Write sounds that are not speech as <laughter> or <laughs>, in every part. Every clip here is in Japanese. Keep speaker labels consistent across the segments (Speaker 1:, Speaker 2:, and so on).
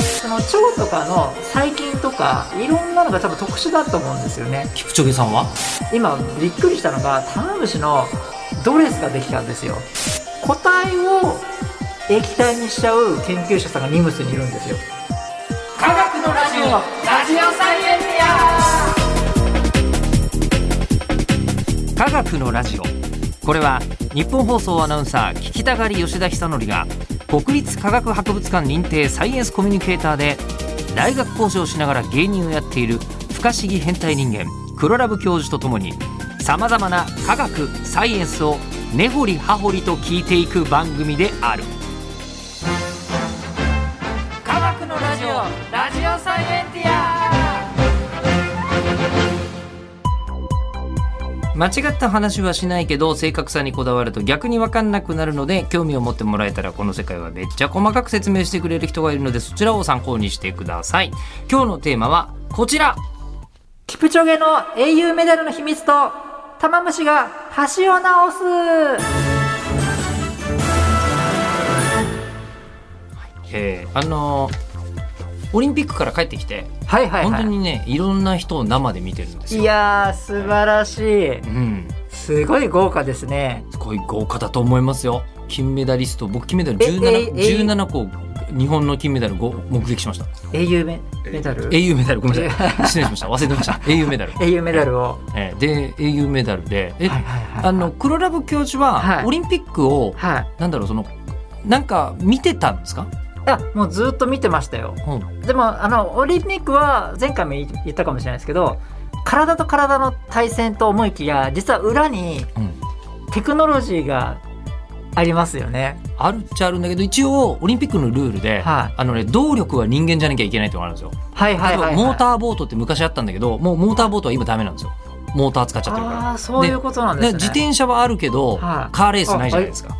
Speaker 1: ョとかの最近とかいろんなのが多分特殊だと思うんですよね
Speaker 2: キプチョゲさんは
Speaker 1: 今びっくりしたのがタマムシのドレスができたんですよ個体を液体にしちゃう研究者さんがニムスにいるんですよ科学のラジオラジオサイエンティ
Speaker 2: 科学のラジオこれは日本放送アナウンサー聞きたがり吉田久典が国立科学博物館認定サイエンスコミュニケーターで大学講師をしながら芸人をやっている不可思議変態人間黒ラブ教授とともにさまざまな科学サイエンスを根掘り葉掘りと聞いていく番組である
Speaker 1: ア科学のラジオラジオサイエンティア
Speaker 2: 間違った話はしないけど正確さにこだわると逆に分かんなくなるので興味を持ってもらえたらこの世界はめっちゃ細かく説明してくれる人がいるのでそちらを参考にしてください今日のテーマはこちら
Speaker 1: キプチョゲの英雄メダルの秘密とタマムシが橋を直す
Speaker 2: えーあのーオリンピックから帰ってきて、
Speaker 1: はいはい
Speaker 2: 本当にねいろんな人を生で見てるんですよ
Speaker 1: いやー素晴らしい
Speaker 2: うん
Speaker 1: すごい豪華ですね
Speaker 2: すごい豪華だと思いますよ金メダリスト僕金メダル
Speaker 1: ええ
Speaker 2: 17,
Speaker 1: え
Speaker 2: 17個日本の金メダルを目撃しました
Speaker 1: 英雄メメダル
Speaker 2: 英雄メダルごめんなさい失礼しました忘れて
Speaker 1: <laughs>
Speaker 2: ました英雄メダル、
Speaker 1: 英雄メダルを
Speaker 2: えーで英雄メダルでえ、
Speaker 1: はいはいはい
Speaker 2: あの黒ラブ教授は、
Speaker 1: はい
Speaker 2: オリンピックを
Speaker 1: はい
Speaker 2: なんだろうそのなんか見てたんですか、
Speaker 1: あもうずっと見てましたよ
Speaker 2: うん、
Speaker 1: でもあのオリンピックは前回も言ったかもしれないですけど体と体の対戦と思いきや実は裏に
Speaker 2: うん
Speaker 1: テクノロジーがありますよね
Speaker 2: あるっちゃあるんだけど一応オリンピックのルールで、
Speaker 1: はい
Speaker 2: あのね、動力は人間じゃなきゃいけないってのがあるんですよ、
Speaker 1: はいはいはい、はい、
Speaker 2: 例えばモーターボートって昔あったんだけどもうモーターボートは今ダメなんですよモーター使っちゃってるから
Speaker 1: ああーそういうことなんで
Speaker 2: です
Speaker 1: ね
Speaker 2: 自転車はあるけど、
Speaker 1: はい
Speaker 2: カーレースないじゃないですか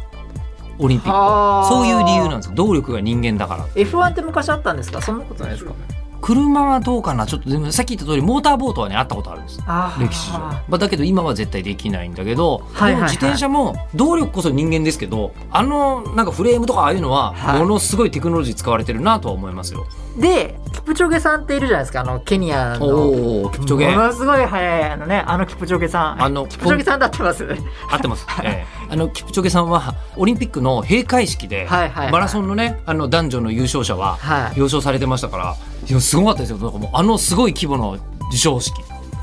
Speaker 2: オリンピック
Speaker 1: あ
Speaker 2: は
Speaker 1: ー
Speaker 2: そういう理由なんですよ動力が人間だから
Speaker 1: F1 って昔あったんですかそんなことないですか
Speaker 2: 車はどうかなちょっとでもさっき言った通りモーターボートはねあったことあるんです
Speaker 1: あー
Speaker 2: 歴史上、まあ、だけど今は絶対できないんだけど、
Speaker 1: はいはいはい
Speaker 2: でも自転車も動力こそ人間ですけどあのなんかフレームとかああいうのは
Speaker 1: はい
Speaker 2: ものすごいテクノロジー使われてるなとは思いますよ。
Speaker 1: でキプチョゲさんっているじゃないですかあのケニアの
Speaker 2: おおキプチョゲ
Speaker 1: ものすごい速いあのねあのキプチョゲさん
Speaker 2: あの
Speaker 1: <laughs> キプチョゲさんだってます
Speaker 2: 合ってます、ええあのキプチョゲさんはオリンピックの閉会式で
Speaker 1: はいはいはい
Speaker 2: マラソンのねあの男女の優勝者は
Speaker 1: はい
Speaker 2: 表彰されてましたからいやすごかったですよなんかもうあのすごい規模の授賞式
Speaker 1: い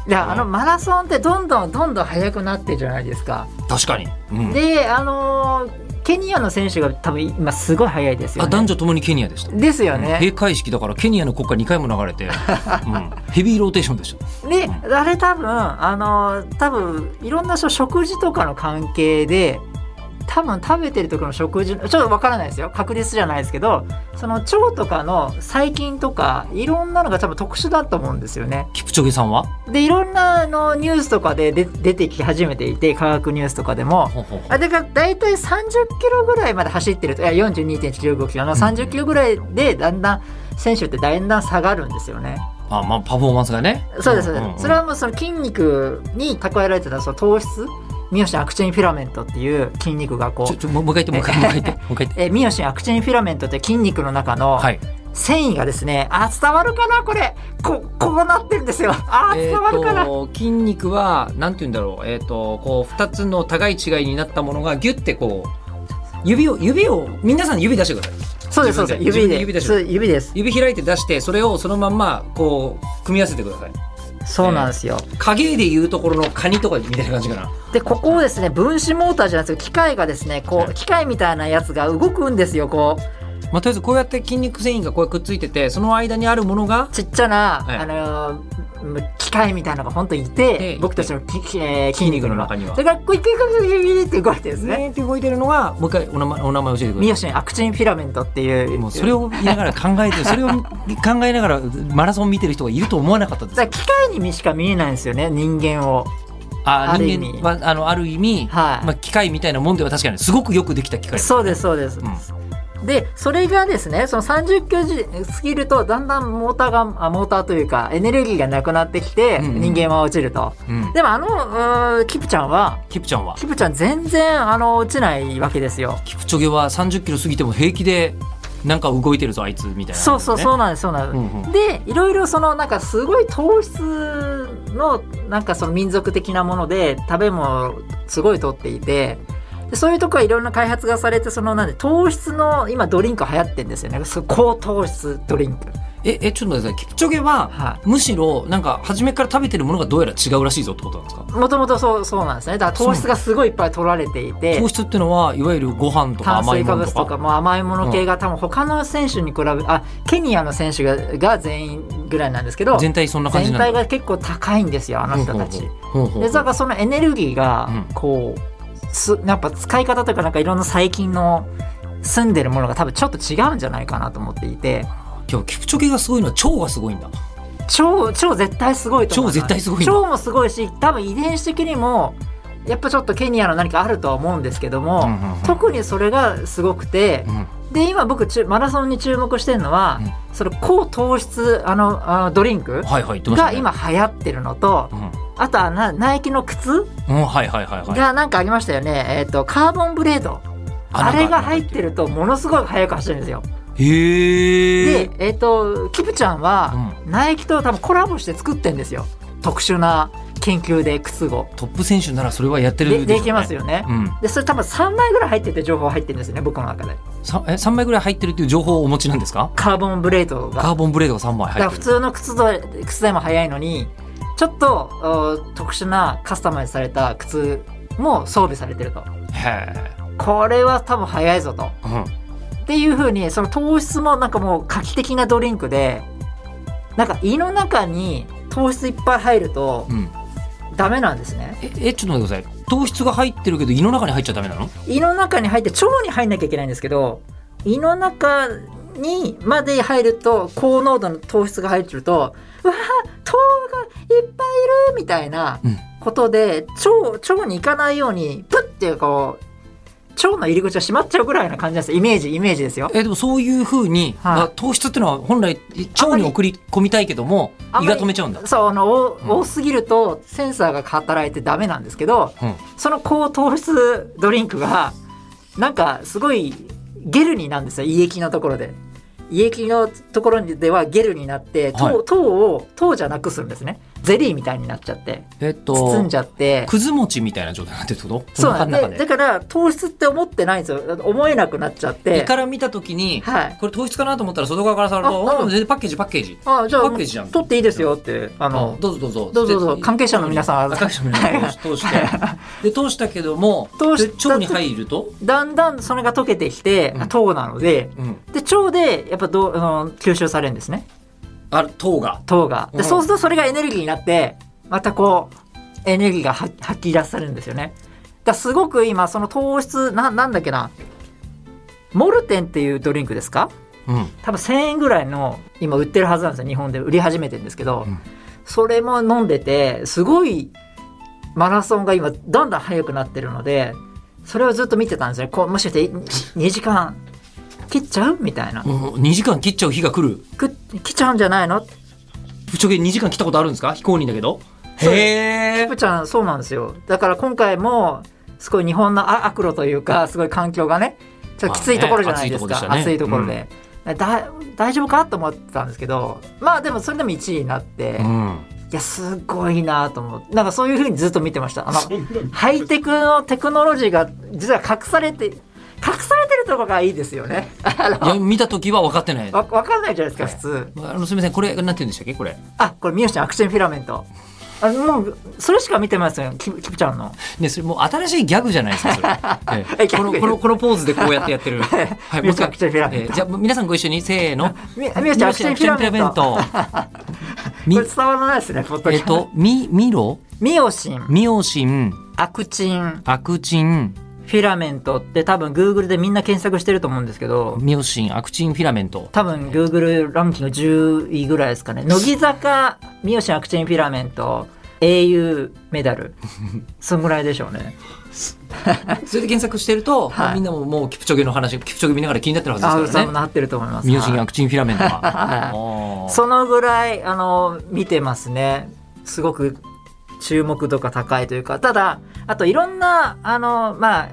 Speaker 1: やあのマラソンってどんどんどんどん速くなってるじゃないですか
Speaker 2: 確かに、うん
Speaker 1: であのーケニアの選手が多分今すごい速いですよ、
Speaker 2: あ
Speaker 1: ね、
Speaker 2: 男女ともにケニアでした。
Speaker 1: ですよね、
Speaker 2: 閉会式だからケニアの国歌2回も流れ
Speaker 1: <laughs>
Speaker 2: て、うんヘビーローテーションでした。
Speaker 1: であれ多分あのー多分いろんな人食事とかの関係で多分食べてる時の食事ちょっとわからないですよ確実じゃないですけどその腸とかの細菌とかいろんなのが多分特殊だと思うんですよね
Speaker 2: キプチョゲさんは
Speaker 1: でいろんなあのニュースとかでで出てき始めていて科学ニュースとかでもあだから大体30キロぐらいまで走ってるといや42.195キロの30キロぐらいでだんだん選手ってだんだん下がるんですよね。
Speaker 2: あまあパフォーマンスがね
Speaker 1: そうですそうです、
Speaker 2: んんん
Speaker 1: それはもうその筋肉に蓄えられてたその糖質ミオシンアクチンフィラメントっていう筋肉がこ
Speaker 2: ちょ
Speaker 1: う。
Speaker 2: ちょもうもう一回言ってもう一回言ってもう一回言ってもう一回言って
Speaker 1: えーミオシンアクチンフィラメントって筋肉の中の
Speaker 2: はい
Speaker 1: 繊維がですね、あ伝わるかなこれここうなってるんですよあ
Speaker 2: え
Speaker 1: 伝わるかな、
Speaker 2: ー、と筋肉はなんて言うんだろう、えー、とこう2つの互い違いになったものがギュッてこう指を指を皆さん指出してください
Speaker 1: そうですそうです
Speaker 2: 自分
Speaker 1: 指
Speaker 2: で
Speaker 1: で
Speaker 2: 指でしょ
Speaker 1: そう指です
Speaker 2: 指開いて出してそれをそのまんまこう組み合わせてください
Speaker 1: そうなんですよ、
Speaker 2: 影で言うところのカニとかみたいな感じかな
Speaker 1: でここをですね分子モーターじゃないですけど機械がですねこ
Speaker 2: は
Speaker 1: う
Speaker 2: い
Speaker 1: 機械みたいなやつが動くんですよこ
Speaker 2: まあ、とりあえずこうやって筋肉繊維がこうくっついててその間にあるもの
Speaker 1: う
Speaker 2: が
Speaker 1: ちっちゃな、
Speaker 2: はい
Speaker 1: あのーむ機械みたいなのが本当にいて、
Speaker 2: ええ
Speaker 1: 僕たちのき、えー筋肉の中に
Speaker 2: 筋肉の中には
Speaker 1: はそれからクイクイクイクイクイって動いてですね
Speaker 2: ねって動いてるのがもう一回お名前お名前教えてください
Speaker 1: ミオシンアクチンフィラメントっていう
Speaker 2: もうそれを見ながら考
Speaker 1: <laughs>
Speaker 2: えてそれを考えながらマラソン見てる人がいると思わなかった
Speaker 1: だ
Speaker 2: です
Speaker 1: から機械にしか見えないんですよね人間を
Speaker 2: あ
Speaker 1: ある意味
Speaker 2: 人間はあのある意味、
Speaker 1: はい
Speaker 2: まあ、機械みたいなもんでは確かにすごくよくできた機械
Speaker 1: そうですそうです、でそれがですねその30キロ時過ぎるとだんだんモーターがあモーターというかエネルギーがなくなってきて、
Speaker 2: うんうん
Speaker 1: 人間は落ちると
Speaker 2: うん、
Speaker 1: でもあのうーキプちゃんは
Speaker 2: キプちゃんは
Speaker 1: キプちゃん全然あの落ちないわけですよ
Speaker 2: キプチョゲは30キロ過ぎても平気でなんか動いてるぞあいつみたいな、
Speaker 1: そうそうそううなんですそうなんです、
Speaker 2: んうん
Speaker 1: でいろいろそのなんかすごい糖質のなんかその民族的なもので食べ物をすごい取っていてでそういうとこはいろんな開発がされてそのなんで糖質の今ドリンク流行ってんですよねそう高糖質ドリンク
Speaker 2: ええちょっと待ってくださいキプチョゲは
Speaker 1: は
Speaker 2: むしろなんか初めから食べてるものがどうやら違うらしいぞってことなんですか
Speaker 1: いもともとそうそうなんですねだから糖質がすごいいっぱい取られていて
Speaker 2: 糖質ってのはいわゆるご飯とか
Speaker 1: 炭
Speaker 2: 甘い
Speaker 1: 水化
Speaker 2: もの
Speaker 1: 物
Speaker 2: と
Speaker 1: と
Speaker 2: か
Speaker 1: かもう甘いもの系が多分他の選手に比べあケニアの選手がが全員ぐらいなんですけど
Speaker 2: 全体そんな感じ
Speaker 1: 全
Speaker 2: なん
Speaker 1: 体
Speaker 2: だ
Speaker 1: が結構高いんですよあの人たち。
Speaker 2: ほうほうほうほうほう
Speaker 1: でだからそのエネルギーが
Speaker 2: うん
Speaker 1: こう、すやっぱ使い方というかなんかいろんな細菌の住んでるものが多分ちょっと違うんじゃないかなと思っていて
Speaker 2: 今日キプチョゲがすごいのは腸がすごいんだ
Speaker 1: 腸腸絶対すごいと思う
Speaker 2: 腸絶対すごいんだ
Speaker 1: 腸もすごいし多分遺伝子的にもやっぱちょっとケニアの何かあるとは思うんですけども、
Speaker 2: うんうんうん
Speaker 1: 特にそれがすごくて、
Speaker 2: うん
Speaker 1: で今僕ちゅマラソンに注目してるのは、その高糖質あのあのドリンク
Speaker 2: はいはい言ってました
Speaker 1: が
Speaker 2: ね
Speaker 1: 今流行ってるのと、あとはなナイキの靴
Speaker 2: うん、うん、はいはいはいはい
Speaker 1: がなんかありましたよね、えっとカーボンブレードあれが入って
Speaker 2: る
Speaker 1: るとものすごい速く走るんですよ
Speaker 2: へえ
Speaker 1: でえっ、とキプちゃんはナイキと多分コラボして作ってんですよ特殊な研究で靴を
Speaker 2: トップ選手ならそれはやってる
Speaker 1: で
Speaker 2: しょうね
Speaker 1: できますよね、
Speaker 2: うん
Speaker 1: でそれ多分3枚ぐらい入ってて情報入ってるんですよね僕の中で
Speaker 2: さえ3枚ぐらい入ってるっていう情報をお持ちなんですか
Speaker 1: カーボンブレードが
Speaker 2: カーボンブレードが3
Speaker 1: だ
Speaker 2: 枚
Speaker 1: か
Speaker 2: 入
Speaker 1: ら
Speaker 2: って
Speaker 1: 普
Speaker 2: る
Speaker 1: 通の靴で靴でも速いのにちょっとお特殊なカスタマイズされた靴も装備されてると
Speaker 2: へえ
Speaker 1: これは多分速いぞと
Speaker 2: うん
Speaker 1: っていう風にその糖質もなんかもう画期的なドリンクでなんか胃の中に糖質いっぱい入ると
Speaker 2: うん
Speaker 1: ダメなんですね
Speaker 2: ええちょっと待ってください糖質が入ってるけど胃の中に入っちゃダメなの
Speaker 1: 胃の中に入って腸に入んなきゃいけないんですけど胃の中にまで入ると高濃度の糖質が入ってるとうわー糖がいっぱいいるみたいな
Speaker 2: うん
Speaker 1: ことで腸腸に行かないようにプッてこう腸の入り口が閉まっちゃうぐらいな感じなんですイメージイメージですよ
Speaker 2: えでもそういうふうに、
Speaker 1: はい
Speaker 2: あ糖質ってのは本来腸に送り込みたいけども
Speaker 1: あん
Speaker 2: 胃
Speaker 1: まり
Speaker 2: が止めちゃうんだ
Speaker 1: そうあの多
Speaker 2: うん
Speaker 1: 多すぎるとセンサーが働いてダメなんですけど、
Speaker 2: うん
Speaker 1: その高糖質ドリンクがなんかすごいゲルになんですよ胃液のところで胃液のところではゲルになって糖,、
Speaker 2: はい
Speaker 1: 糖を糖じゃなくするんですねゼリーみたいになっちゃって
Speaker 2: えっと
Speaker 1: 包んじゃって
Speaker 2: くず餅みたいな状態になってるってこと
Speaker 1: そうなん
Speaker 2: お腹の
Speaker 1: でだ
Speaker 2: 中
Speaker 1: から糖質って思ってないんですよ思えなくなっちゃって
Speaker 2: 胃から見た時に、
Speaker 1: はい
Speaker 2: これ糖質かなと思ったら外側から触ると
Speaker 1: あ
Speaker 2: お
Speaker 1: うん
Speaker 2: 全然パッケージパッケージ
Speaker 1: あじゃ
Speaker 2: パ
Speaker 1: あ
Speaker 2: ッケージじゃん
Speaker 1: 取っていいですよってあの、
Speaker 2: どうぞどうぞ
Speaker 1: どうぞどうぞ
Speaker 2: で
Speaker 1: 関係者の皆さん
Speaker 2: あ関係者の皆さん通し通
Speaker 1: <laughs>
Speaker 2: してで通したけども
Speaker 1: 通し
Speaker 2: で腸に入ると、
Speaker 1: だんだんそれが溶けてきて、
Speaker 2: うん
Speaker 1: 糖なので
Speaker 2: うん、
Speaker 1: で腸でやっぱどうあの吸収されるんですね
Speaker 2: あ糖が
Speaker 1: 糖が
Speaker 2: うん
Speaker 1: でそうするとそれがエネルギーになってまたこうエネルギーがは発揮出されるんですよねだからすごく今その糖質ななんだっけなモルテンっていうドリンクですか
Speaker 2: うん
Speaker 1: 多分1000円ぐらいの今売ってるはずなんですよ日本で売り始めてるんですけど、
Speaker 2: うん
Speaker 1: それも飲んでてすごいマラソンが今だんだん速くなってるのでそれをずっと見てたんですねこうもしかしてい2時間切っちゃうみたいな
Speaker 2: 2時間切っちゃう日が来る
Speaker 1: く切っちゃうんじゃないの
Speaker 2: ぶっちょけ2時間切ったことあるんですか非公認だけど
Speaker 1: そう
Speaker 2: へ
Speaker 1: ペ
Speaker 2: え
Speaker 1: プちゃんそうなんですよだから今回もすごい日本のあ悪路というかすごい環境がねちょっときついところじゃないですか、
Speaker 2: まあね暑
Speaker 1: 暑
Speaker 2: い
Speaker 1: い
Speaker 2: と
Speaker 1: とこ
Speaker 2: ころ
Speaker 1: ろ
Speaker 2: で
Speaker 1: で、だ大丈夫かと思ってたんですけどまあでもそれでも1位になって、
Speaker 2: う
Speaker 1: い
Speaker 2: ん
Speaker 1: やすごいなと思ってなんかそういうふうにずっと見てましたあのハイテクのテクノロジーが実は隠されて隠されてるところがいいですよねあ
Speaker 2: いや
Speaker 1: の
Speaker 2: 見た時は分かってない
Speaker 1: わわかんないじゃないですか普通
Speaker 2: あのすみませんこれなんて言うんでしたっけこれ
Speaker 1: あこれミューちゃんアクションフィラメントあもうそれしか見てますよキプキプちゃんの
Speaker 2: ねそれもう新しいギャグじゃないですか
Speaker 1: <laughs>
Speaker 2: それ、ええ
Speaker 1: ギャ
Speaker 2: こ
Speaker 1: グ
Speaker 2: のこのこのポーズでこうやって
Speaker 1: <laughs>
Speaker 2: やってるはいも
Speaker 1: ミュ
Speaker 2: う一
Speaker 1: ーちゃ
Speaker 2: 回
Speaker 1: んアクションフィラメント
Speaker 2: ええじゃあ皆さんご一緒にせー
Speaker 1: <laughs>
Speaker 2: の
Speaker 1: みみよちゃん、アクションフィラメント。
Speaker 2: アクションフ
Speaker 1: こ
Speaker 2: ィラメ
Speaker 1: れ
Speaker 2: ント
Speaker 1: 伝わらないですね、ポッド <laughs> キャ
Speaker 2: みえっ
Speaker 1: スト
Speaker 2: と。みみろ
Speaker 1: ミオシン、
Speaker 2: ミオシン
Speaker 1: アクチン、
Speaker 2: アクチン
Speaker 1: フィラメントって多分 Google でみんな検索してると思うんですけど、
Speaker 2: ミオシンアクチンフィラメ
Speaker 1: <laughs>
Speaker 2: ント
Speaker 1: 多分 Google ランキング10位ぐらいですかね。乃木坂、ミオシン、アクチン、フィラメント、英雄メダ
Speaker 2: <laughs>
Speaker 1: ル。そんぐらいでしょうね。
Speaker 2: それで検索してると、
Speaker 1: はい
Speaker 2: みんなももうキプチョゲの話キプチョゲ見ながら気になってるはず
Speaker 1: あ、
Speaker 2: ですか
Speaker 1: そ
Speaker 2: ら
Speaker 1: う
Speaker 2: ね
Speaker 1: なってると思います。
Speaker 2: ミオシン
Speaker 1: は
Speaker 2: ア
Speaker 1: い
Speaker 2: クチンフィラメントが、
Speaker 1: はい
Speaker 2: あー
Speaker 1: そのぐらい、あの、見てますね。すごく注目度が高いというか、ただ、あといろんな、あの、まあ、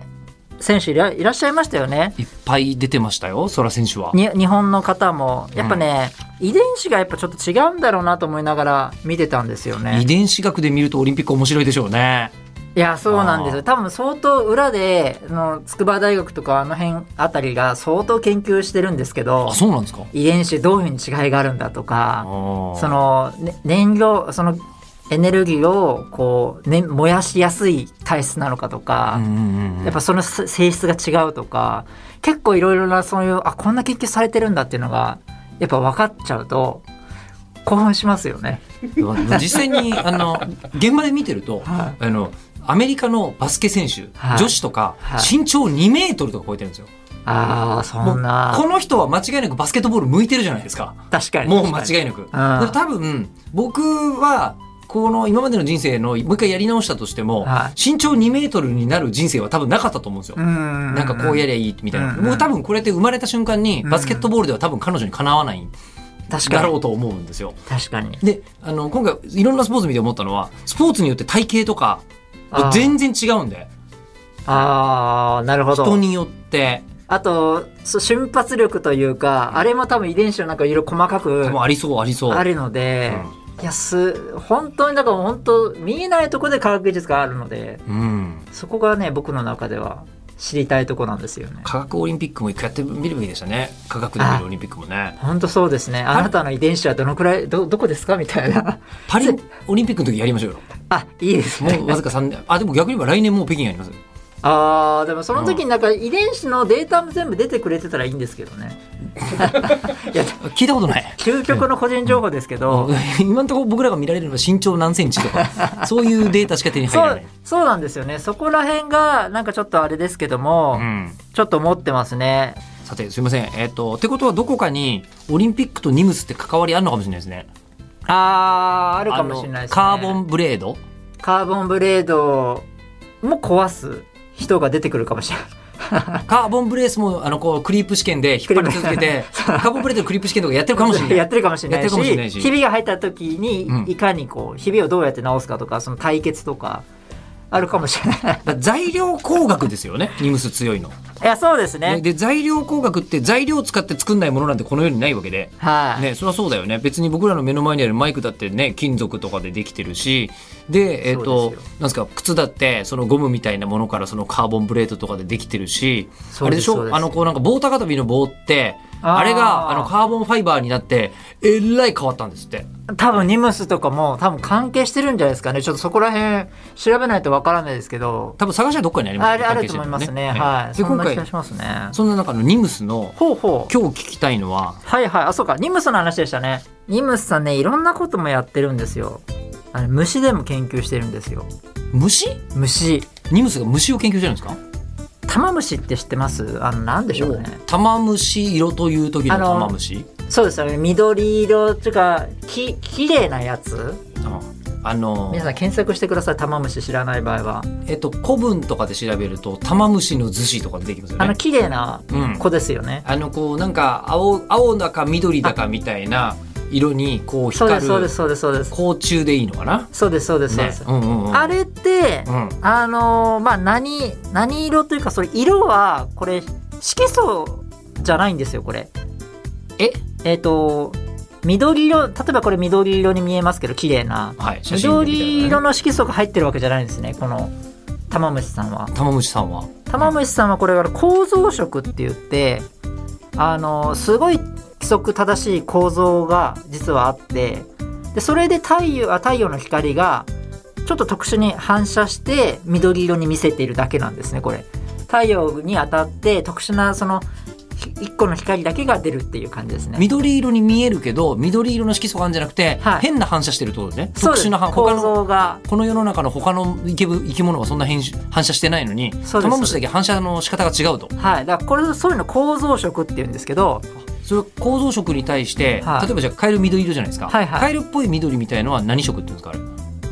Speaker 1: 選手いらいらっしゃいましたよね。
Speaker 2: いっぱい出てましたよ、空選手は。
Speaker 1: に日本の方もやっぱね、遺伝子がやっぱちょっと違うんだろうなと思いながら見てたんですよ
Speaker 2: 遺
Speaker 1: ね。
Speaker 2: 伝子学で見るとオリンピック面白いでしょうね。
Speaker 1: いやそうなんです
Speaker 2: あ
Speaker 1: よ多分相当裏であの筑波大学とかあの辺あたりが相当研究してるんですけど
Speaker 2: あ、そうなんですか。
Speaker 1: 遺伝子どういうふうに違いがあるんだと
Speaker 2: あ
Speaker 1: か
Speaker 2: ー
Speaker 1: その、ね燃料そのエネルギーをこう、ね、燃やしやすい体質なのかとか
Speaker 2: う、んうんうん
Speaker 1: やっぱそのせ性質が違うとか結構いろいろなそういうあこんな研究されてるんだっていうのがやっぱ分かっちゃうと興奮しますよね。
Speaker 2: 実際
Speaker 1: <laughs>
Speaker 2: にあの現場で見てると、
Speaker 1: は
Speaker 2: あのアメリカのバスケ選手、
Speaker 1: はい
Speaker 2: 女子とか、
Speaker 1: はい
Speaker 2: 身長2メートルとか超えてるんですよ。
Speaker 1: ああそん
Speaker 2: もう
Speaker 1: な
Speaker 2: この人は間違いなくバスケットボール向いてるじゃないですか。
Speaker 1: 確かに
Speaker 2: もう間違いなく。だから多分僕はこの今までの人生のもう一回やり直したとしても、
Speaker 1: は
Speaker 2: 身長2メートルになる人生は多分なかったと思うんですよ。
Speaker 1: な
Speaker 2: なんかこうやりゃいいみたいな。
Speaker 1: うんうん
Speaker 2: もう多分これって生まれた瞬間に
Speaker 1: うん
Speaker 2: バスケットボールでは多分彼女にかなわないん
Speaker 1: 確
Speaker 2: だ
Speaker 1: か
Speaker 2: ろ
Speaker 1: に
Speaker 2: うと思うんですよ。
Speaker 1: 確かに
Speaker 2: で、あの、今回いろんなスポーツ見て思ったのは、スポーツによって体型とか
Speaker 1: あー
Speaker 2: 全然違うんで、
Speaker 1: あーなるほど
Speaker 2: 人によって
Speaker 1: あとそう瞬発力というかあれも多分遺伝子の中いろいろ細かく
Speaker 2: 多分ありそうありそう。
Speaker 1: あるので
Speaker 2: う
Speaker 1: いやす本当にだから本当見えないところで科学技術があるので
Speaker 2: うん。
Speaker 1: そこがね僕の中では知りたいとこなんですよね。
Speaker 2: 科学オリンピックも一回やってみるべきでしたね。科学で見るオリンピックもね。
Speaker 1: 本当そうですね。あなたの遺伝子はどのくらい、ど、どこですかみたい
Speaker 2: <laughs>
Speaker 1: な。
Speaker 2: パリオリンピックの時やりましょうよ。
Speaker 1: あ、いいですね
Speaker 2: もう。わずか3年。あ、でも逆に言えば来年もう北京やります。
Speaker 1: <laughs> ああ、でもその時になんか遺伝子のデータも全部出てくれてたらいいんですけどね。いや、
Speaker 2: 聞いたことない。
Speaker 1: 究極の個人情報ですけど、
Speaker 2: <laughs> 今のところ僕らが見られるのは身長何センチと
Speaker 1: <laughs>
Speaker 2: か、そういうデータしか手に入
Speaker 1: そ
Speaker 2: らな
Speaker 1: う
Speaker 2: い。、
Speaker 1: そうなんですよね。そこら辺が、なんかちょっとあれですけども、
Speaker 2: うん
Speaker 1: ちょっと思ってますね。
Speaker 2: さて、すいません。えっ、と、ってことはどこかにオリンピックとニムスって関わりあるのかもしれないですね。
Speaker 1: ああ、あるかもしれないですね。
Speaker 2: あのカーボ。ンブレード
Speaker 1: カーボンブレードも壊す人が出てくるかもしれない。
Speaker 2: カーボンブレースもあのこうクリープ試験で引っ張り続けて <laughs> カーボンブレードのクリープ試験とかやってるかもし
Speaker 1: や
Speaker 2: れな
Speaker 1: っ
Speaker 2: い
Speaker 1: てるかもしれない
Speaker 2: やってるかもしれない
Speaker 1: し
Speaker 2: し
Speaker 1: ひびが入った時に
Speaker 2: うん
Speaker 1: いかにこうひびをどうやって直すかとかその対決とかあるかもしれない
Speaker 2: だ材料工学ですよねニムス強いの、
Speaker 1: いやそうですね
Speaker 2: ね、で材料工学って材料を使って作んないものなんてこの世にないわけで、
Speaker 1: はい、
Speaker 2: ね、そりゃそうだよね別に僕らの目の前にあるマイクだってね金属とかでできてるしでえっ、
Speaker 1: そう
Speaker 2: と
Speaker 1: ですよ
Speaker 2: なんですか靴だってそのゴムみたいなものからそのカーボンブレードとかでできてるし
Speaker 1: そ
Speaker 2: あ
Speaker 1: うで
Speaker 2: れですし
Speaker 1: そうで
Speaker 2: ょ
Speaker 1: す
Speaker 2: あのこうなんか棒高跳びの棒って
Speaker 1: あー
Speaker 2: あれがあのカーボンファイバーになってえらい変わったんですって。
Speaker 1: 多分ニムスとかも多分関係してるんじゃないですかねちょっとそこら辺調べないとわからないですけど
Speaker 2: 多分探したらどっかにあります
Speaker 1: あれあると思いますねはい
Speaker 2: で
Speaker 1: そん
Speaker 2: 今
Speaker 1: な気
Speaker 2: 回
Speaker 1: がしますね
Speaker 2: そんな中のニムスの
Speaker 1: ほうほう
Speaker 2: 今日聞きたいのは
Speaker 1: はいはいあそうかニムスの話でしたねニムスさんねいろんなこともやってるんですよあの虫でも研究してるんですよ
Speaker 2: 虫
Speaker 1: 虫
Speaker 2: ニムスが虫を研究してるんですか
Speaker 1: 玉虫って知ってますあのなんでしょうね
Speaker 2: 玉虫色という時の玉虫
Speaker 1: そうですよね緑色っていうかき綺麗なやつ
Speaker 2: あの
Speaker 1: 皆さん検索してください玉虫知らない場合は
Speaker 2: えっと古文とかで調べると玉虫の図紙とか出てきますよ
Speaker 1: あの
Speaker 2: ね
Speaker 1: 綺麗な
Speaker 2: うん
Speaker 1: 子ですよね、
Speaker 2: あのこうなんか青青だか緑だかみたいな色にこう
Speaker 1: そうで
Speaker 2: 光
Speaker 1: すそうで
Speaker 2: る
Speaker 1: すそうですそうです
Speaker 2: 光虫でいいのかな
Speaker 1: そうですそうですそう
Speaker 2: ね
Speaker 1: です、
Speaker 2: うんうんうん
Speaker 1: あれって、
Speaker 2: うん
Speaker 1: あのーまあ何何色というかそれ色はこれ色素じゃないんですよこれ
Speaker 2: え
Speaker 1: えっ、と緑色例えばこれ緑色に見えますけど綺麗な
Speaker 2: はい写真で見たい
Speaker 1: 緑
Speaker 2: な
Speaker 1: 色
Speaker 2: ね
Speaker 1: の色素が入ってるわけじゃないんですねこの玉虫さんは
Speaker 2: 玉虫さんは
Speaker 1: 玉虫さんはこれから構造色って言ってあのすごい規則正しい構造が実はあってでそれで太陽あ太陽の光がちょっと特殊に反射して緑色に見せているだけなんですねこれ太陽に当たって特殊なそのひ一個の光だけが出るっていう感じですね
Speaker 2: 緑色に見えるけど緑色の色素があるんじゃなくて、
Speaker 1: はい
Speaker 2: 変な反射してるってことですね
Speaker 1: そう
Speaker 2: 特
Speaker 1: です
Speaker 2: 殊な反他
Speaker 1: 構
Speaker 2: の
Speaker 1: 造が
Speaker 2: この世の中の他の生き物生き物はそんな変反射してないのに
Speaker 1: そうです
Speaker 2: 玉虫だけ反射の仕方が違うと
Speaker 1: はいだからこれそういうの構造色って言うんですけど
Speaker 2: それは構造色に対して、
Speaker 1: はい
Speaker 2: 例えばじゃあカエル緑色じゃないですか、
Speaker 1: はいはい
Speaker 2: カエルっぽい緑みたいのは何色っていうんですかあれ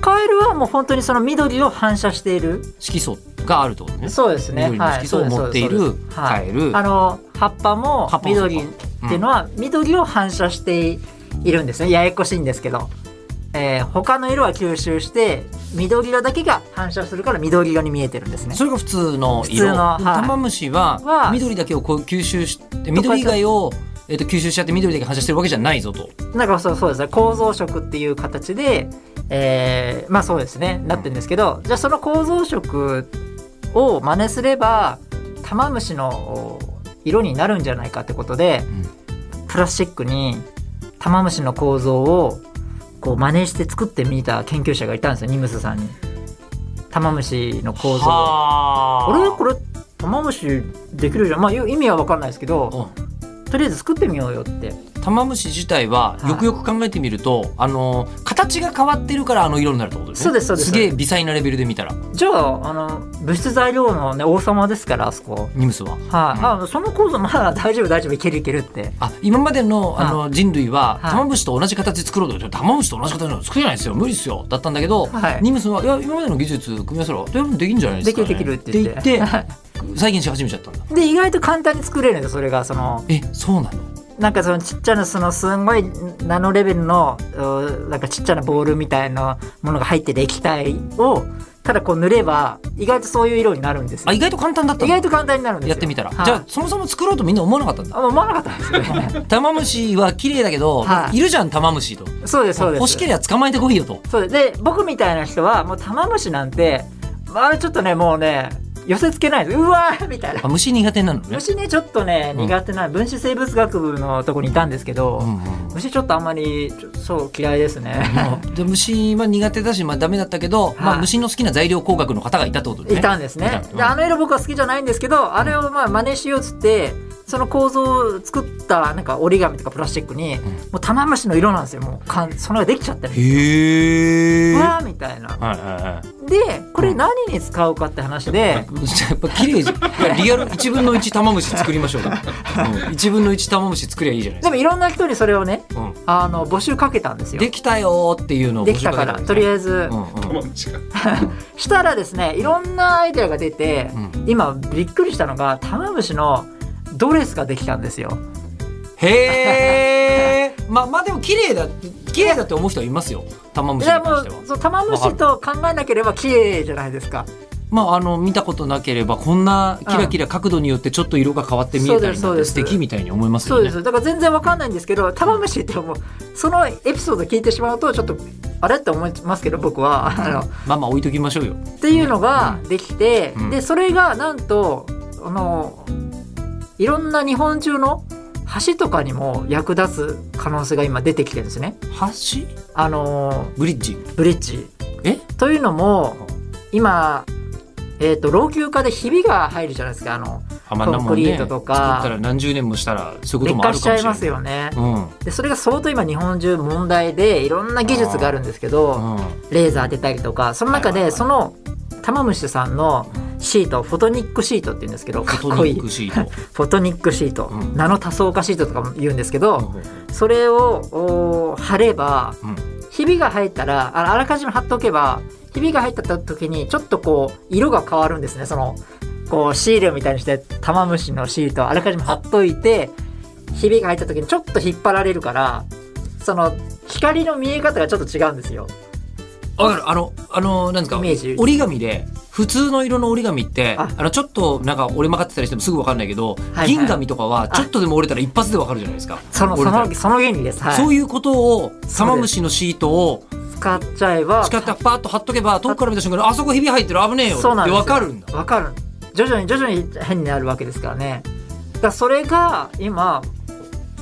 Speaker 1: カエルはもう本当にその緑を反射している
Speaker 2: 色素があるってことね
Speaker 1: そうですね
Speaker 2: 緑の色素を持ってい
Speaker 1: はい
Speaker 2: る
Speaker 1: そうです
Speaker 2: カエル、
Speaker 1: あの葉っぱも
Speaker 2: 葉っぱもそうか
Speaker 1: 緑っていうのは緑を反射しているんですねややこしいんですけどえー他の色は吸収して緑色だけが反射するから緑色に見えてるんですね
Speaker 2: それが普通の色
Speaker 1: 普通のはい
Speaker 2: でもタマムシは
Speaker 1: は
Speaker 2: 緑だけをこう吸収して緑以外を、えっと吸収しちゃって緑だけ反射してるわけじゃないぞと
Speaker 1: なんかそうそうですね構造色っていう形で、えーまあそうですねなってるんですけどじゃあその構造色を真似すればタマムシのお色になるんじゃないかってことで、プラスチックにタマムシの構造をこう真似して作ってみた研究者がいたんですよニムスさんに。タマムシの構造を。
Speaker 2: は
Speaker 1: あれこれタマムシできるじゃんまあ意味は分かんないですけど
Speaker 2: れ
Speaker 1: とりあえず作ってみようよって
Speaker 2: タマムシ自体は
Speaker 1: はい
Speaker 2: よくよく考えてみると、あの形が変わってるからあの色になるってことですね
Speaker 1: そうですそうです
Speaker 2: すげえ微細なレベルで見たら
Speaker 1: じゃああの物質材料の、ね、王様ですからあそこ。
Speaker 2: ニムスは
Speaker 1: はい、
Speaker 2: うん
Speaker 1: あその構造まだ大丈夫大丈夫いけるいけるって
Speaker 2: あ今までのあの人類は
Speaker 1: はい
Speaker 2: タマムシと同じ形作ろうとタマムシと同じ形なの作れないですよ無理ですよだったんだけど、
Speaker 1: はい
Speaker 2: ニムスはいや今までの技術組み合わせたらできんじゃないです
Speaker 1: でき
Speaker 2: か、ね、
Speaker 1: るできるって言って
Speaker 2: 言
Speaker 1: はい
Speaker 2: 再現し始めちゃったんだ
Speaker 1: で意外と簡単に作れるんですよそれがその
Speaker 2: えそうなの
Speaker 1: なんかそのちっちゃなそのすんごいナノレベルのうんなんかちっちゃなボールみたいなものが入ってる液体をただこう塗れば意外とそういう色になるんです
Speaker 2: あ
Speaker 1: よ
Speaker 2: 意外と簡単だった
Speaker 1: 意
Speaker 2: んだ
Speaker 1: 外と簡単になるんですよ
Speaker 2: やってみたら、
Speaker 1: はい
Speaker 2: じゃあそもそも作ろうとみんな思わなかったんだ
Speaker 1: あ思わなかったんですよね
Speaker 2: <laughs> タマムシは綺麗だけど、
Speaker 1: はい
Speaker 2: いるじゃんタマムシと
Speaker 1: そうですそうです
Speaker 2: 欲しけりゃ捕まえてこいよと
Speaker 1: そうで僕みたいな人はもうタマムシなんて、まあ、ちょっとねもうね寄せつけないですうわーみたいな
Speaker 2: あ虫苦手なのね、
Speaker 1: 虫ねちょっとね
Speaker 2: うん
Speaker 1: 苦手な分子生物学部のとこにいたんですけど、
Speaker 2: うんうん
Speaker 1: 虫ちょっとあんまりちょそう嫌いですね
Speaker 2: まあで虫は苦手だし、まあ、ダメだったけど、ま
Speaker 1: は
Speaker 2: あ、
Speaker 1: い
Speaker 2: 虫の好きな材料工学の方がいたってことでね
Speaker 1: いたんです
Speaker 2: いた
Speaker 1: ね
Speaker 2: んだ
Speaker 1: であの色僕は好きじゃないんですけどあれをまあ真似しようっつってその構造を作ったなんか折り紙とかプラスチックに、
Speaker 2: ん
Speaker 1: もうタマムシの色なんですよもうかんそのができちゃってる
Speaker 2: へえ
Speaker 1: う
Speaker 2: は
Speaker 1: わーみたいない
Speaker 2: はいはい
Speaker 1: でこれ何に使うかって話で
Speaker 2: やっぱ綺麗じゃん <laughs> いやリアル1分の1玉虫作りましょうか、 <laughs> うん、1分の1玉虫作りゃいいじゃない
Speaker 1: で
Speaker 2: で
Speaker 1: すも
Speaker 2: か
Speaker 1: いろんな人にそれをね
Speaker 2: でも、
Speaker 1: あの募集かけたんです
Speaker 2: うん、
Speaker 1: よ
Speaker 2: できたよーっていうのを
Speaker 1: できたからとりあえず、
Speaker 2: うんうん
Speaker 3: 玉虫が
Speaker 1: したらですねいろんなアイデアが出て、
Speaker 2: うん
Speaker 1: 今びっくりしたのがタマムシのドレスができたんですよ
Speaker 2: へえまあまあでも綺麗だ綺麗だって思う人はいますよ玉
Speaker 1: い
Speaker 2: 虫に
Speaker 1: や
Speaker 2: 関
Speaker 1: も
Speaker 2: して
Speaker 1: う
Speaker 2: は
Speaker 1: そうタマムシと考えなければ綺麗じゃないですか
Speaker 2: まああの見たことなければこんなキラキラ角度によってちょっと色が変わって見えたり
Speaker 1: そ
Speaker 2: な
Speaker 1: うんで
Speaker 2: て
Speaker 1: す
Speaker 2: 素
Speaker 1: そうです
Speaker 2: 敵みたいに思いますよ
Speaker 1: そうで
Speaker 2: ね
Speaker 1: すだから全然わかんないんですけどタマムシってもうそのエピソード聞いてしまうとちょっとあれって思いますけど僕は
Speaker 2: <laughs>
Speaker 1: あの
Speaker 2: まあまあ置いときましょうよ。
Speaker 1: っていうのができて、
Speaker 2: うん
Speaker 1: でそれがなんとあのいろんな日本中の橋とかにも役立つ可能性が今出てきてるんですね。
Speaker 2: 橋
Speaker 1: あの
Speaker 2: ブリッジ。
Speaker 1: ブリッジ
Speaker 2: え
Speaker 1: というのも今、えー、と老朽化でひびが入るじゃないですかあの
Speaker 2: あまあな
Speaker 1: コン
Speaker 2: も
Speaker 1: ク
Speaker 2: ん
Speaker 1: リ
Speaker 2: ね。
Speaker 1: ート
Speaker 2: 作
Speaker 1: と
Speaker 2: っ
Speaker 1: か
Speaker 2: たら何十年もしたらそうい
Speaker 1: 劣
Speaker 2: うこともあ
Speaker 1: 化
Speaker 2: る
Speaker 1: し
Speaker 2: か
Speaker 1: ち
Speaker 2: も
Speaker 1: ゃ
Speaker 2: し
Speaker 1: い
Speaker 2: れな
Speaker 1: ま
Speaker 2: い。
Speaker 1: すよね。
Speaker 2: うん。
Speaker 1: でそれが相当今日本中問題でいろんな技術があるんですけど
Speaker 2: うん。
Speaker 1: レーザー出たりとかその中
Speaker 2: はいはいは
Speaker 1: で
Speaker 2: い
Speaker 1: そのタマムシさんのシートフォトニックシートって言うんですけどかっ
Speaker 2: フォ
Speaker 1: こ
Speaker 2: ト
Speaker 1: い
Speaker 2: ニ
Speaker 1: い
Speaker 2: ックシ
Speaker 1: <laughs>
Speaker 2: ート。
Speaker 1: フォトニックシート、
Speaker 2: うん
Speaker 1: ナノ多層化シートとかも言うんですけ
Speaker 2: う
Speaker 1: ど、
Speaker 2: ん
Speaker 1: それをおー貼れば
Speaker 2: うん
Speaker 1: ひびが入ったらああらかじめ貼っておけばひびが入った時にちょっとこう色が変わるんですねそのこうシールみたいにしてタマムシのシートをあらかじめ貼っといてひびが入った時にちょっと引っ張られるからその光の見え方がちょっと違うんですよ。
Speaker 2: わかるあの、あの、なんですか、
Speaker 1: イメージ
Speaker 2: 折り紙で、普通の色の折り紙って、あ
Speaker 1: あ
Speaker 2: の、ちょっと、なんか折れ曲がってたりしてもすぐわかんないけど、
Speaker 1: はい
Speaker 2: 銀紙とかは、ちょっとでも折れたら一発でわかるじゃないですか。
Speaker 1: その
Speaker 2: 折
Speaker 1: そ
Speaker 2: れたら
Speaker 1: のその原理です。はい、
Speaker 2: そういうことを、サマムシのシートを、
Speaker 1: 使っちゃえば
Speaker 2: 使ったパーッと貼っとけば、遠くから見た瞬間に、あそこひび入ってる、危ねえよ。
Speaker 1: そうなんですよ
Speaker 2: わかるんだ。
Speaker 1: わかる徐々に徐々に変になるわけですからねだからそれが今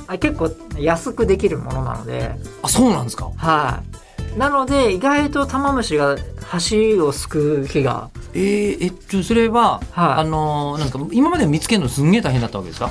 Speaker 1: あ結構安くできるものなので
Speaker 2: あ、そうなんですか。
Speaker 1: はいなので意外とタマムシが橋を救う気が
Speaker 2: えー、えっとそれは、
Speaker 1: はい
Speaker 2: あのーなんか今まで見つけるのすんげえ大変だったわけですか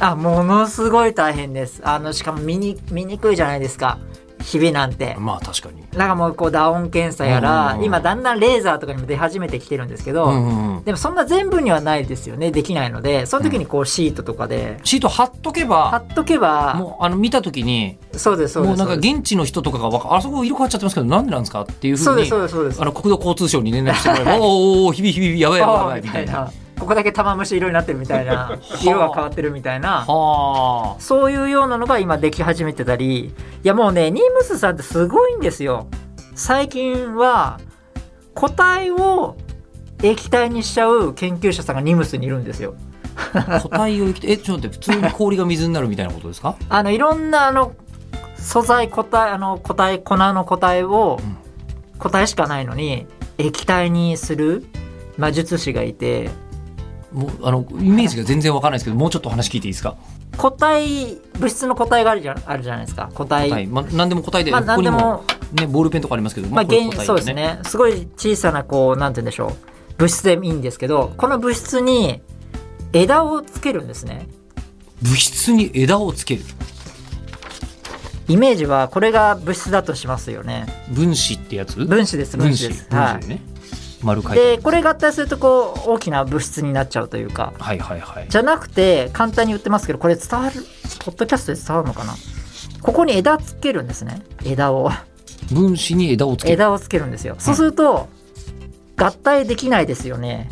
Speaker 1: あものすごい大変ですあのしかも見に見にくいじゃないですかひびなんて
Speaker 2: まあ確かに。
Speaker 1: なんかもうこう打音検査や
Speaker 2: うんうん
Speaker 1: ら
Speaker 2: うん
Speaker 1: 今だんだんレーザーとかにも出始めてきてるんですけど、
Speaker 2: うんうんうん、
Speaker 1: でもそんな全部にはないですよねできないのでその時にこうシートとかで
Speaker 2: シート貼っとけ
Speaker 1: 貼
Speaker 2: ば
Speaker 1: っとけば
Speaker 2: もうあの見た時に
Speaker 1: そうですそうです
Speaker 2: もうなんか
Speaker 1: そうです
Speaker 2: 現地の人とかがわかあそこ色変わっちゃってますけどなんでなんですかっていうふ
Speaker 1: そう
Speaker 2: う
Speaker 1: です
Speaker 2: に
Speaker 1: そうですそうです
Speaker 2: あの国土交通省に連絡してもらえば「おーおーおーひびひびひびやばいやばいやばい」みたいな。
Speaker 1: ここだけ玉虫色になってるみたいな色が変わってるみたいな
Speaker 2: は
Speaker 1: そういうようなのが今でき始めてたりいやもうねニームスさんってすごいんですよ最近は個体を液体にしちゃう研究者さんがニムスにいるんですよ
Speaker 2: あ個体を生きてえちょっと待って普通に氷が水になるみたいなことですか
Speaker 1: あのいろんなあの素材固体あの固体粉の固体を
Speaker 2: うん
Speaker 1: 固体しかないのに液体にする魔術師がいて
Speaker 2: もうあのイメージが全然わからないですけどもうちょっとお話聞いていいですか
Speaker 1: 固体物質の固体があるじゃあるじゃないですか固体、
Speaker 2: はい、まあ、何でも答えで、
Speaker 1: まあ
Speaker 2: ここ
Speaker 1: 何
Speaker 2: に
Speaker 1: で
Speaker 2: も、
Speaker 1: も
Speaker 2: ね、ボールペンとかありますけど、
Speaker 1: まあ、
Speaker 2: これ
Speaker 1: 原
Speaker 2: 答え
Speaker 1: そうですねすごい小さなこうなんて言うんでしょう物質でいいんですけどこの物質に枝をつけるんですね
Speaker 2: 物質に枝をつける
Speaker 1: イメージはこれが物質だとしますよね
Speaker 2: 分子ってやつ
Speaker 1: 分子です分
Speaker 2: 分
Speaker 1: 子
Speaker 2: 子
Speaker 1: です
Speaker 2: 分
Speaker 1: は
Speaker 2: 子でね、丸書い
Speaker 1: い、
Speaker 2: て
Speaker 1: でこれ合体するとこう大きな物質になっちゃうというか
Speaker 2: はいはいはい
Speaker 1: じゃなくて簡単に言ってますけどこれ伝わるポッドキャストで伝わるのかなここに枝つけるんですね枝を
Speaker 2: 分子に枝をつける
Speaker 1: 枝をつけるんですよそうすると合体できないですよね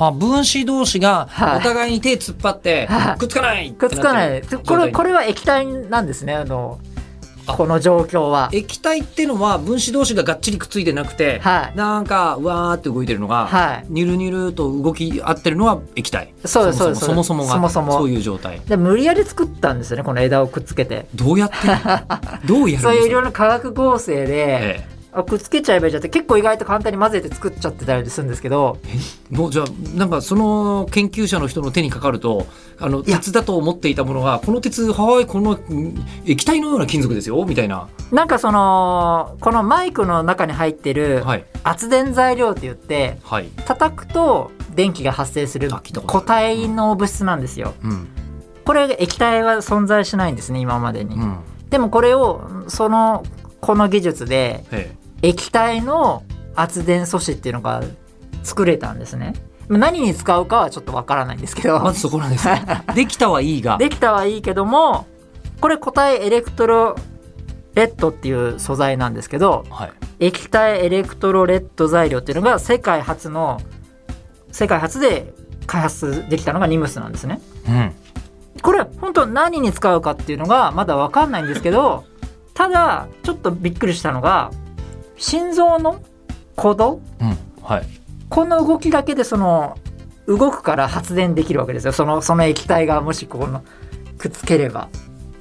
Speaker 2: あ分子同士が
Speaker 1: はい
Speaker 2: お互いに手突っ張って、
Speaker 1: はい
Speaker 2: くっつかない
Speaker 1: くっつかない
Speaker 2: ってっち
Speaker 1: こ
Speaker 2: ゃう
Speaker 1: れこれは液体なんですねあの
Speaker 2: あ
Speaker 1: この状況は
Speaker 2: 液体ってのは分子同士ががっちりくっついてなくて、
Speaker 1: はい
Speaker 2: なんかうわーって動いてるのが、
Speaker 1: はい
Speaker 2: ニュルニュルと動き合ってるのは液体
Speaker 1: そうですそうです
Speaker 2: そもそもそ
Speaker 1: そ
Speaker 2: も
Speaker 1: も
Speaker 2: そ
Speaker 1: そ
Speaker 2: も
Speaker 1: も
Speaker 2: がそういう状態
Speaker 1: で無理やり作ったんですよねこの枝をくっつけて
Speaker 2: どうや
Speaker 1: <laughs>
Speaker 2: ってどうやるんですか
Speaker 1: そういういろいろ化学合成で、
Speaker 2: え
Speaker 1: あくっつけちゃえばいいじゃんって結構意外と簡単に混ぜて作っちゃってたりするんですけど
Speaker 2: えもうじゃあなんかその研究者の人の手にかかるとあの
Speaker 1: いや
Speaker 2: 鉄だと思っていたものがこの鉄はーいこのうん液体のような金属ですよみたいな
Speaker 1: なんかそのこのマイクの中に入ってる
Speaker 2: はい
Speaker 1: 圧電材料って言って
Speaker 2: はい、
Speaker 1: 叩くと電気が発生する
Speaker 2: あ聞いたことあ
Speaker 1: 固
Speaker 2: る
Speaker 1: 体の物質なんですよ
Speaker 2: うん
Speaker 1: これ液体は存在しないんですね今までに、
Speaker 2: うん
Speaker 1: でもこれをそのこの技術で
Speaker 2: え
Speaker 1: 液体の圧電素子っていうのが作れたんですねまあ何に使うかはちょっとわからないんですけ
Speaker 2: え、ま
Speaker 1: ど
Speaker 2: ずそこなんで
Speaker 1: <laughs>
Speaker 2: すねできたはいいが
Speaker 1: できたはいいけどもこれ固体エレクトロレッドっていう素材なんですけど
Speaker 2: はい、
Speaker 1: 液体エレクトロレッド材料っていうのが世界初の世界初で開発できたのがニムスなんですね
Speaker 2: うん、
Speaker 1: これ本当何に使うかっていうのがまだ分かんないんですけどただちょっとびっくりしたのが心臓の鼓動
Speaker 2: うん、はい
Speaker 1: この動きだけでその動くから発電できるわけですよそのその液体がもしここのくっつければ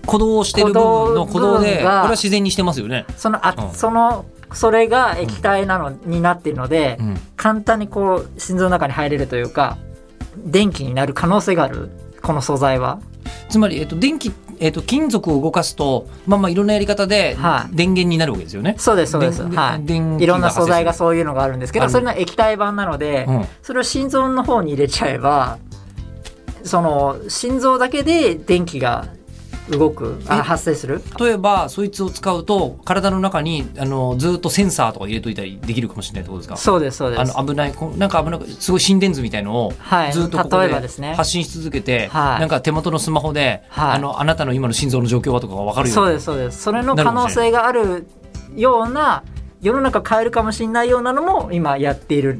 Speaker 2: 鼓動してる部分の
Speaker 1: 鼓
Speaker 2: 鼓動
Speaker 1: 動
Speaker 2: でこれ
Speaker 1: 部分が
Speaker 2: は自然にしてますよね、
Speaker 1: そのあ、
Speaker 2: うん
Speaker 1: そのそれが液体なの、になっているので、
Speaker 2: うん、
Speaker 1: 簡単にこう心臓の中に入れるというか電気になる可能性があるこの素材は
Speaker 2: つまり、えっと、電気、えっと、金属を動かすとまあまあいろんなやり方で
Speaker 1: はい
Speaker 2: 電源になるわけですよね、
Speaker 1: そうですそうです
Speaker 2: で
Speaker 1: は
Speaker 2: で電
Speaker 1: い
Speaker 2: 気
Speaker 1: いろんな
Speaker 2: 発生
Speaker 1: 素材が
Speaker 2: す
Speaker 1: そういうのがあるんですけ
Speaker 2: あ
Speaker 1: ど
Speaker 2: る
Speaker 1: それの液体版なので、
Speaker 2: るうん
Speaker 1: それを心臓の方に入れちゃえばその心臓だけで電気が動く
Speaker 2: え
Speaker 1: あ発生する
Speaker 2: 例えばそいつを使うと体の中にあのずっとセンサーとか入れといたりできるかもしれないってことですか
Speaker 1: そうですそうで
Speaker 2: あ
Speaker 1: す
Speaker 2: の危ないこうなんか危ないすごい心電図みたいのを
Speaker 1: はい
Speaker 2: ずっとここ
Speaker 1: 例え
Speaker 2: で
Speaker 1: ばですね
Speaker 2: 発信し続けて、
Speaker 1: はい
Speaker 2: なんか手元のスマホで、
Speaker 1: はい
Speaker 2: あのあなたの今の心臓の状況はとかが分かるよ
Speaker 1: そう
Speaker 2: う
Speaker 1: ですそうですそれの可能性があるような世の中変えるかもしれないようなのも今やっている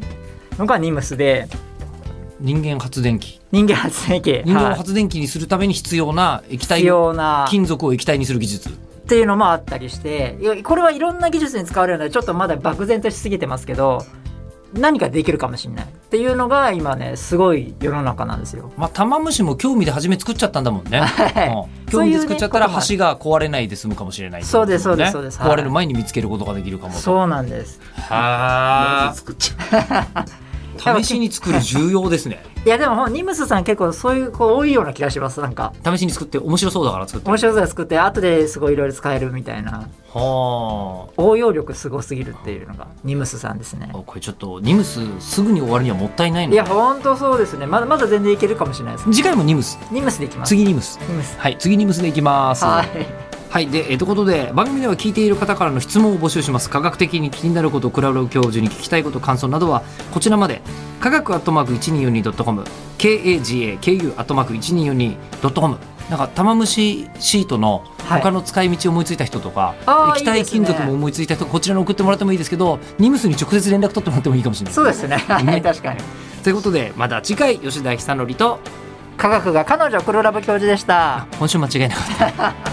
Speaker 1: のがニムスで
Speaker 2: に人間発電機
Speaker 1: 人間発電機
Speaker 2: 人間を
Speaker 1: はい
Speaker 2: 発電機にするために必要な液体
Speaker 1: 必要な
Speaker 2: 金属を液体にする技術
Speaker 1: っていうのもあったりしていやこれはいろんな技術に使われるのでちょっとまだ漠然としすぎてますけど何かできるかもしれないっていうのが今ねすごい世の中なんですよ。
Speaker 2: まあ玉虫も興味で初め作っちゃったんだもんね、うん興味で作っちゃったら
Speaker 1: そういうね
Speaker 2: 橋が壊れないで済むかもしれないって
Speaker 1: そうです
Speaker 2: こともね
Speaker 1: そうですそうです
Speaker 2: 壊れる前に見つけることができるかも
Speaker 1: <laughs>
Speaker 2: と
Speaker 1: そうなんです
Speaker 2: は
Speaker 3: 作っちゃう
Speaker 2: あ試しに作る重要ですね
Speaker 1: いやでもニムスさん結構そういう子多いような気がしますなんか
Speaker 2: 試しに作って面白そうだから作って
Speaker 1: 面白さ作って後ですごいいろいろ使えるみたいな
Speaker 2: は
Speaker 1: 応用力すごすぎるっていうのがニムスさんですね
Speaker 2: あこれちょっとニムスすぐに終わるにはもったいないの
Speaker 1: い
Speaker 2: で
Speaker 1: やほんとそうですねまだまだ全然いけるかもしれないです
Speaker 2: 次回もニムス
Speaker 1: ニムスでいきます
Speaker 2: 次ニムス
Speaker 1: ニムス
Speaker 2: はい次ニムスでいきます
Speaker 1: はい
Speaker 2: はいでえーということで番組では聞いている方からの質問を募集します科学的に気になることクラウド教授に聞きたいこと感想などはこちらまで科学アットマーク 1242.com KAGAKU アットマーク 1242.com なんか玉虫シートの
Speaker 1: はい
Speaker 2: 他の使い道を思いついた人とか、
Speaker 1: あー
Speaker 2: 液体
Speaker 1: いいですね
Speaker 2: 金属も思いついた人こちらに送ってもらってもいいですけどニムスに直接連絡取ってもらってもいいかもしれない
Speaker 1: そうですねはい確かに
Speaker 2: ということでまた次回吉田久典と
Speaker 1: 科学が彼女黒ラブ教授でした。
Speaker 2: 今週間違いなかった